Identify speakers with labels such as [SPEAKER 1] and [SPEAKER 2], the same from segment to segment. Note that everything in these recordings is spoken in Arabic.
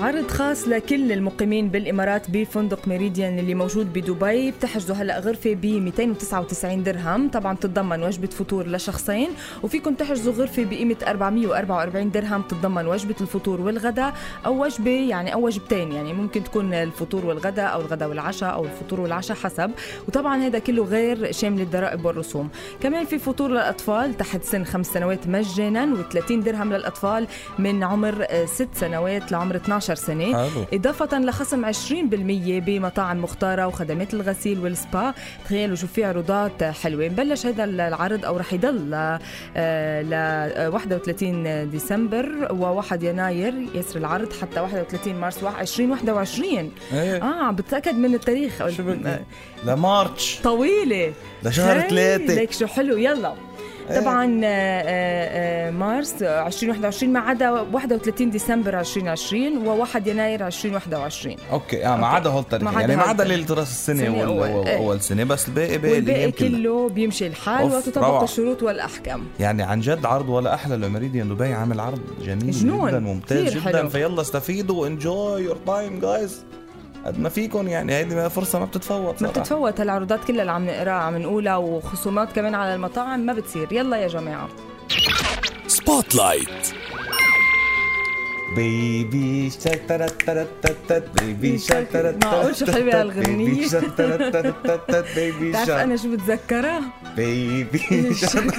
[SPEAKER 1] عرض خاص لكل المقيمين بالامارات بفندق ميريديان اللي موجود بدبي بتحجزوا هلا غرفه ب 299 درهم طبعا بتتضمن وجبه فطور لشخصين وفيكم تحجزوا غرفه بقيمه 444 درهم بتتضمن وجبه الفطور والغداء او وجبه يعني او وجبتين يعني ممكن تكون الفطور والغداء او الغداء والعشاء او الفطور والعشاء حسب وطبعا هذا كله غير شامل الضرائب والرسوم كمان في فطور للاطفال تحت سن خمس سنوات مجانا و30 درهم للاطفال من عمر آه، ست سنوات لعمر 12 10 سنة
[SPEAKER 2] حلو.
[SPEAKER 1] إضافة لخصم 20% بمطاعم مختارة وخدمات الغسيل والسبا تخيلوا شو في عروضات حلوة بلش هذا العرض أو رح يضل ل آه، ل آه، 31 ديسمبر و1 يناير يسر العرض حتى 31 مارس 2021
[SPEAKER 2] ايه
[SPEAKER 1] اه عم بتأكد من التاريخ آه،
[SPEAKER 2] شو بدنا لمارتش
[SPEAKER 1] طويلة
[SPEAKER 2] لشهر
[SPEAKER 1] هاي
[SPEAKER 2] ثلاثة.
[SPEAKER 1] ليك شو حلو يلا
[SPEAKER 2] إيه.
[SPEAKER 1] طبعا آه، آه، آه، مارس آه، 2021 ما عدا 31 ديسمبر 2020 و1 يناير 2021
[SPEAKER 2] اوكي اه ما عدا هول التاريخ
[SPEAKER 1] ما عدا
[SPEAKER 2] يعني ما
[SPEAKER 1] هول
[SPEAKER 2] عدا
[SPEAKER 1] التاريخ.
[SPEAKER 2] ليله راس السنه
[SPEAKER 1] سنة
[SPEAKER 2] وال-
[SPEAKER 1] أول.
[SPEAKER 2] وال-
[SPEAKER 1] إيه.
[SPEAKER 2] اول سنه بس باقي باقي
[SPEAKER 1] والباقي
[SPEAKER 2] الايام كلها
[SPEAKER 1] كله بيمشي الحال
[SPEAKER 2] أوف،
[SPEAKER 1] وتطبق
[SPEAKER 2] روعة.
[SPEAKER 1] الشروط والاحكام
[SPEAKER 2] يعني عن جد عرض ولا احلى لميريديان دبي عامل عرض جميل
[SPEAKER 1] جنون.
[SPEAKER 2] جدا ممتاز
[SPEAKER 1] كتير
[SPEAKER 2] جدا
[SPEAKER 1] حلو.
[SPEAKER 2] فيلا استفيدوا انجوي يور تايم جايز قد ما فيكم يعني هيدي فرصه ما بتتفوت
[SPEAKER 1] ما
[SPEAKER 2] صراحة.
[SPEAKER 1] بتتفوت هالعروضات كلها اللي عم نقراها عم نقولها وخصومات كمان على المطاعم ما بتصير يلا يا جماعه
[SPEAKER 3] سبوتلايت
[SPEAKER 2] بيبي شاك ترت ترت ترت ترت، بيبي شاك ترت
[SPEAKER 1] معقول شو حلوة هالغنية؟
[SPEAKER 2] بيبي شاك ترت ترت ترت ترت، بيبي
[SPEAKER 1] بتعرف
[SPEAKER 2] شاك
[SPEAKER 1] انا شو بتذكرها
[SPEAKER 2] بيبي شاك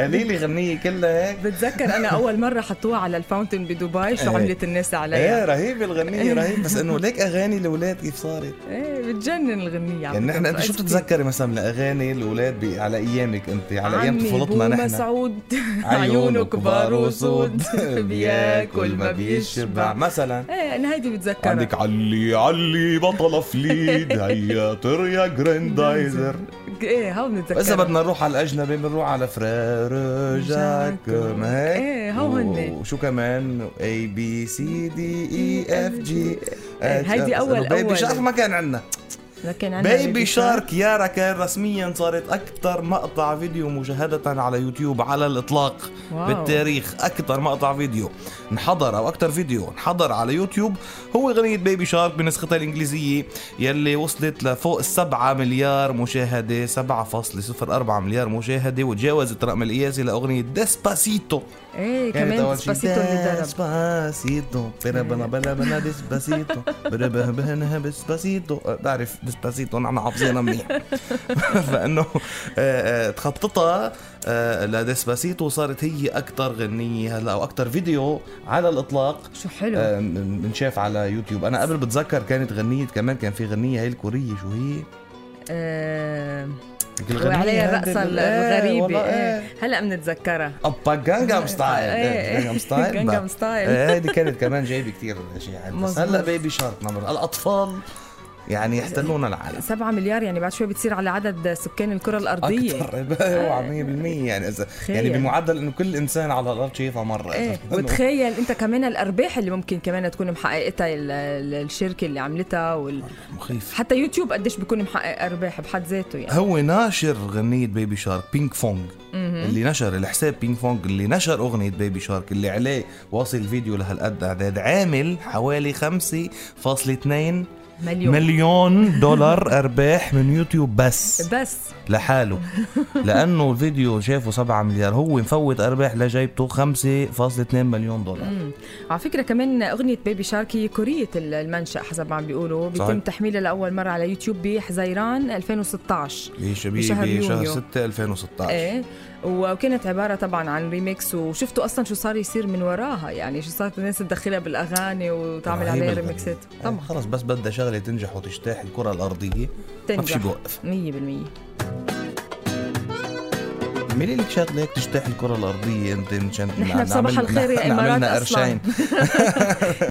[SPEAKER 2] قولي لي غنية كلها هيك
[SPEAKER 1] بتذكر انا اول مره حطوها على الفاونتن بدبي شو
[SPEAKER 2] إيه.
[SPEAKER 1] عملت الناس
[SPEAKER 2] ايه
[SPEAKER 1] عليها
[SPEAKER 2] رهيب الغنية رهيب بس انه ليك اغاني الاولاد كيف صارت
[SPEAKER 1] ايه بتجنن الغنيه عم
[SPEAKER 2] يعني نحن انت شو
[SPEAKER 1] بتذكر.
[SPEAKER 2] بتتذكري مثلا لاغاني الاولاد ب- على ايامك انت على ايام
[SPEAKER 1] عمي
[SPEAKER 2] طفولتنا
[SPEAKER 1] بو
[SPEAKER 2] نحن
[SPEAKER 1] مسعود
[SPEAKER 2] عيونه كبار وسود
[SPEAKER 1] بياكل ما بيشبع
[SPEAKER 2] مثلا
[SPEAKER 1] ايه انا هيدي بتذكرها
[SPEAKER 2] عندك علي علي بطل فليد هيا طير يا جريندايزر
[SPEAKER 1] ايه هو بنتذكر
[SPEAKER 2] واذا بدنا نروح على الاجنبي بنروح على فرير جاك ما هيك
[SPEAKER 1] إيه، هو هن.
[SPEAKER 2] وشو كمان اي بي سي دي اي اف جي
[SPEAKER 1] إيه، هيدي أول-
[SPEAKER 2] بيبي
[SPEAKER 1] أول.
[SPEAKER 2] شارك ما كان عندنا
[SPEAKER 1] لكن عندنا
[SPEAKER 2] بيبي شارك يارا كان رسميا صارت اكثر مقطع فيديو مشاهده على يوتيوب على الاطلاق
[SPEAKER 1] واو.
[SPEAKER 2] بالتاريخ اكثر مقطع فيديو انحضر او اكثر فيديو انحضر على يوتيوب هو غنيه بيبي شارك بنسختها الانجليزيه يلي وصلت لفوق السبعة مليار مشاهده 7.04 مليار مشاهده وتجاوزت الرقم القياسي لاغنيه ديسباسيتو
[SPEAKER 1] ايه
[SPEAKER 2] كانت
[SPEAKER 1] كمان
[SPEAKER 2] أول شي
[SPEAKER 1] ديسباسيتو اللي ضرب
[SPEAKER 2] ديسباسيتو بلا بلا بلا بلا ديسباسيتو بلا بلا بلا ديسباسيتو أه، بعرف ديسباسيتو نحن حافظينها منيح فانه آه، آه، تخططها آه، لديسباسيتو صارت هي اكثر غنيه هلا او اكثر فيديو على الاطلاق
[SPEAKER 1] شو حلو
[SPEAKER 2] آه، م- بنشاف على يوتيوب انا قبل بتذكر كانت غنيه كمان كان في غنيه هي الكوريه شو هي
[SPEAKER 1] آه،
[SPEAKER 2] لك الغنية
[SPEAKER 1] وعليها
[SPEAKER 2] هذه
[SPEAKER 1] الرقصه
[SPEAKER 2] ال- إيه،
[SPEAKER 1] الغريبه
[SPEAKER 2] والله إيه.
[SPEAKER 1] إيه. هلا بنتذكرها
[SPEAKER 2] ابا جانجام ستايل
[SPEAKER 1] إيه.
[SPEAKER 2] جانجام ستايل
[SPEAKER 1] جانجام ستايل.
[SPEAKER 2] إيه، هيدي كانت كمان جايبه كثير شيء يعني بس
[SPEAKER 1] مظبوط.
[SPEAKER 2] هلا بيبي شارك نمر الاطفال يعني يحتلون العالم
[SPEAKER 1] 7 مليار يعني بعد شوي بتصير على عدد سكان الكره الارضيه
[SPEAKER 2] اكثر اوعى 100% يعني اذا
[SPEAKER 1] آه.
[SPEAKER 2] يعني
[SPEAKER 1] تخيل.
[SPEAKER 2] بمعدل انه كل انسان على الارض شايفها مره
[SPEAKER 1] ايه
[SPEAKER 2] إنه-
[SPEAKER 1] وتخيل انت كمان الارباح اللي ممكن كمان تكون محققتها ال- ال- الشركه اللي عملتها وال...
[SPEAKER 2] مخيف
[SPEAKER 1] حتى يوتيوب قديش بيكون محقق ارباح بحد ذاته يعني
[SPEAKER 2] هو ناشر غنية بيبي شارك بينك فونج اللي نشر الحساب بينك فونج اللي نشر أغنية بيبي شارك اللي عليه واصل فيديو لهالقد أعداد عامل حوالي 5.2
[SPEAKER 1] مليون
[SPEAKER 2] مليون دولار أرباح من يوتيوب بس
[SPEAKER 1] بس
[SPEAKER 2] لحاله لانه الفيديو شافه 7 مليار هو مفوت ارباح لجيبته 5.2 مليون دولار
[SPEAKER 1] على فكره كمان اغنيه بيبي شارك هي كوريه ال- المنشا حسب ما عم بيقولوا بيتم
[SPEAKER 2] صحيح.
[SPEAKER 1] تحميلها لاول مره على يوتيوب بحزيران 2016
[SPEAKER 2] بشهر
[SPEAKER 1] بشهر
[SPEAKER 2] بشهر
[SPEAKER 1] يونيو.
[SPEAKER 2] 6 2016
[SPEAKER 1] ايه وكانت عباره طبعا عن ريميكس وشفتوا اصلا شو صار يصير من وراها يعني شو صارت الناس تدخلها بالاغاني وتعمل
[SPEAKER 2] رهيب
[SPEAKER 1] عليها
[SPEAKER 2] الغنية.
[SPEAKER 1] ريميكسات
[SPEAKER 2] إيه،
[SPEAKER 1] طبعا
[SPEAKER 2] خلص بس بدها شغله تنجح وتجتاح الكره الارضيه ما في شي
[SPEAKER 1] تنجح
[SPEAKER 2] بوقف
[SPEAKER 1] 100%
[SPEAKER 2] اعملي لك شغله هيك تجتاح الكره الارضيه انت مشان
[SPEAKER 1] نحن بصباح
[SPEAKER 2] عملنا-
[SPEAKER 1] الخير يا
[SPEAKER 2] نحن
[SPEAKER 1] إمارات
[SPEAKER 2] عملنا
[SPEAKER 1] أصلاً.
[SPEAKER 2] قرشين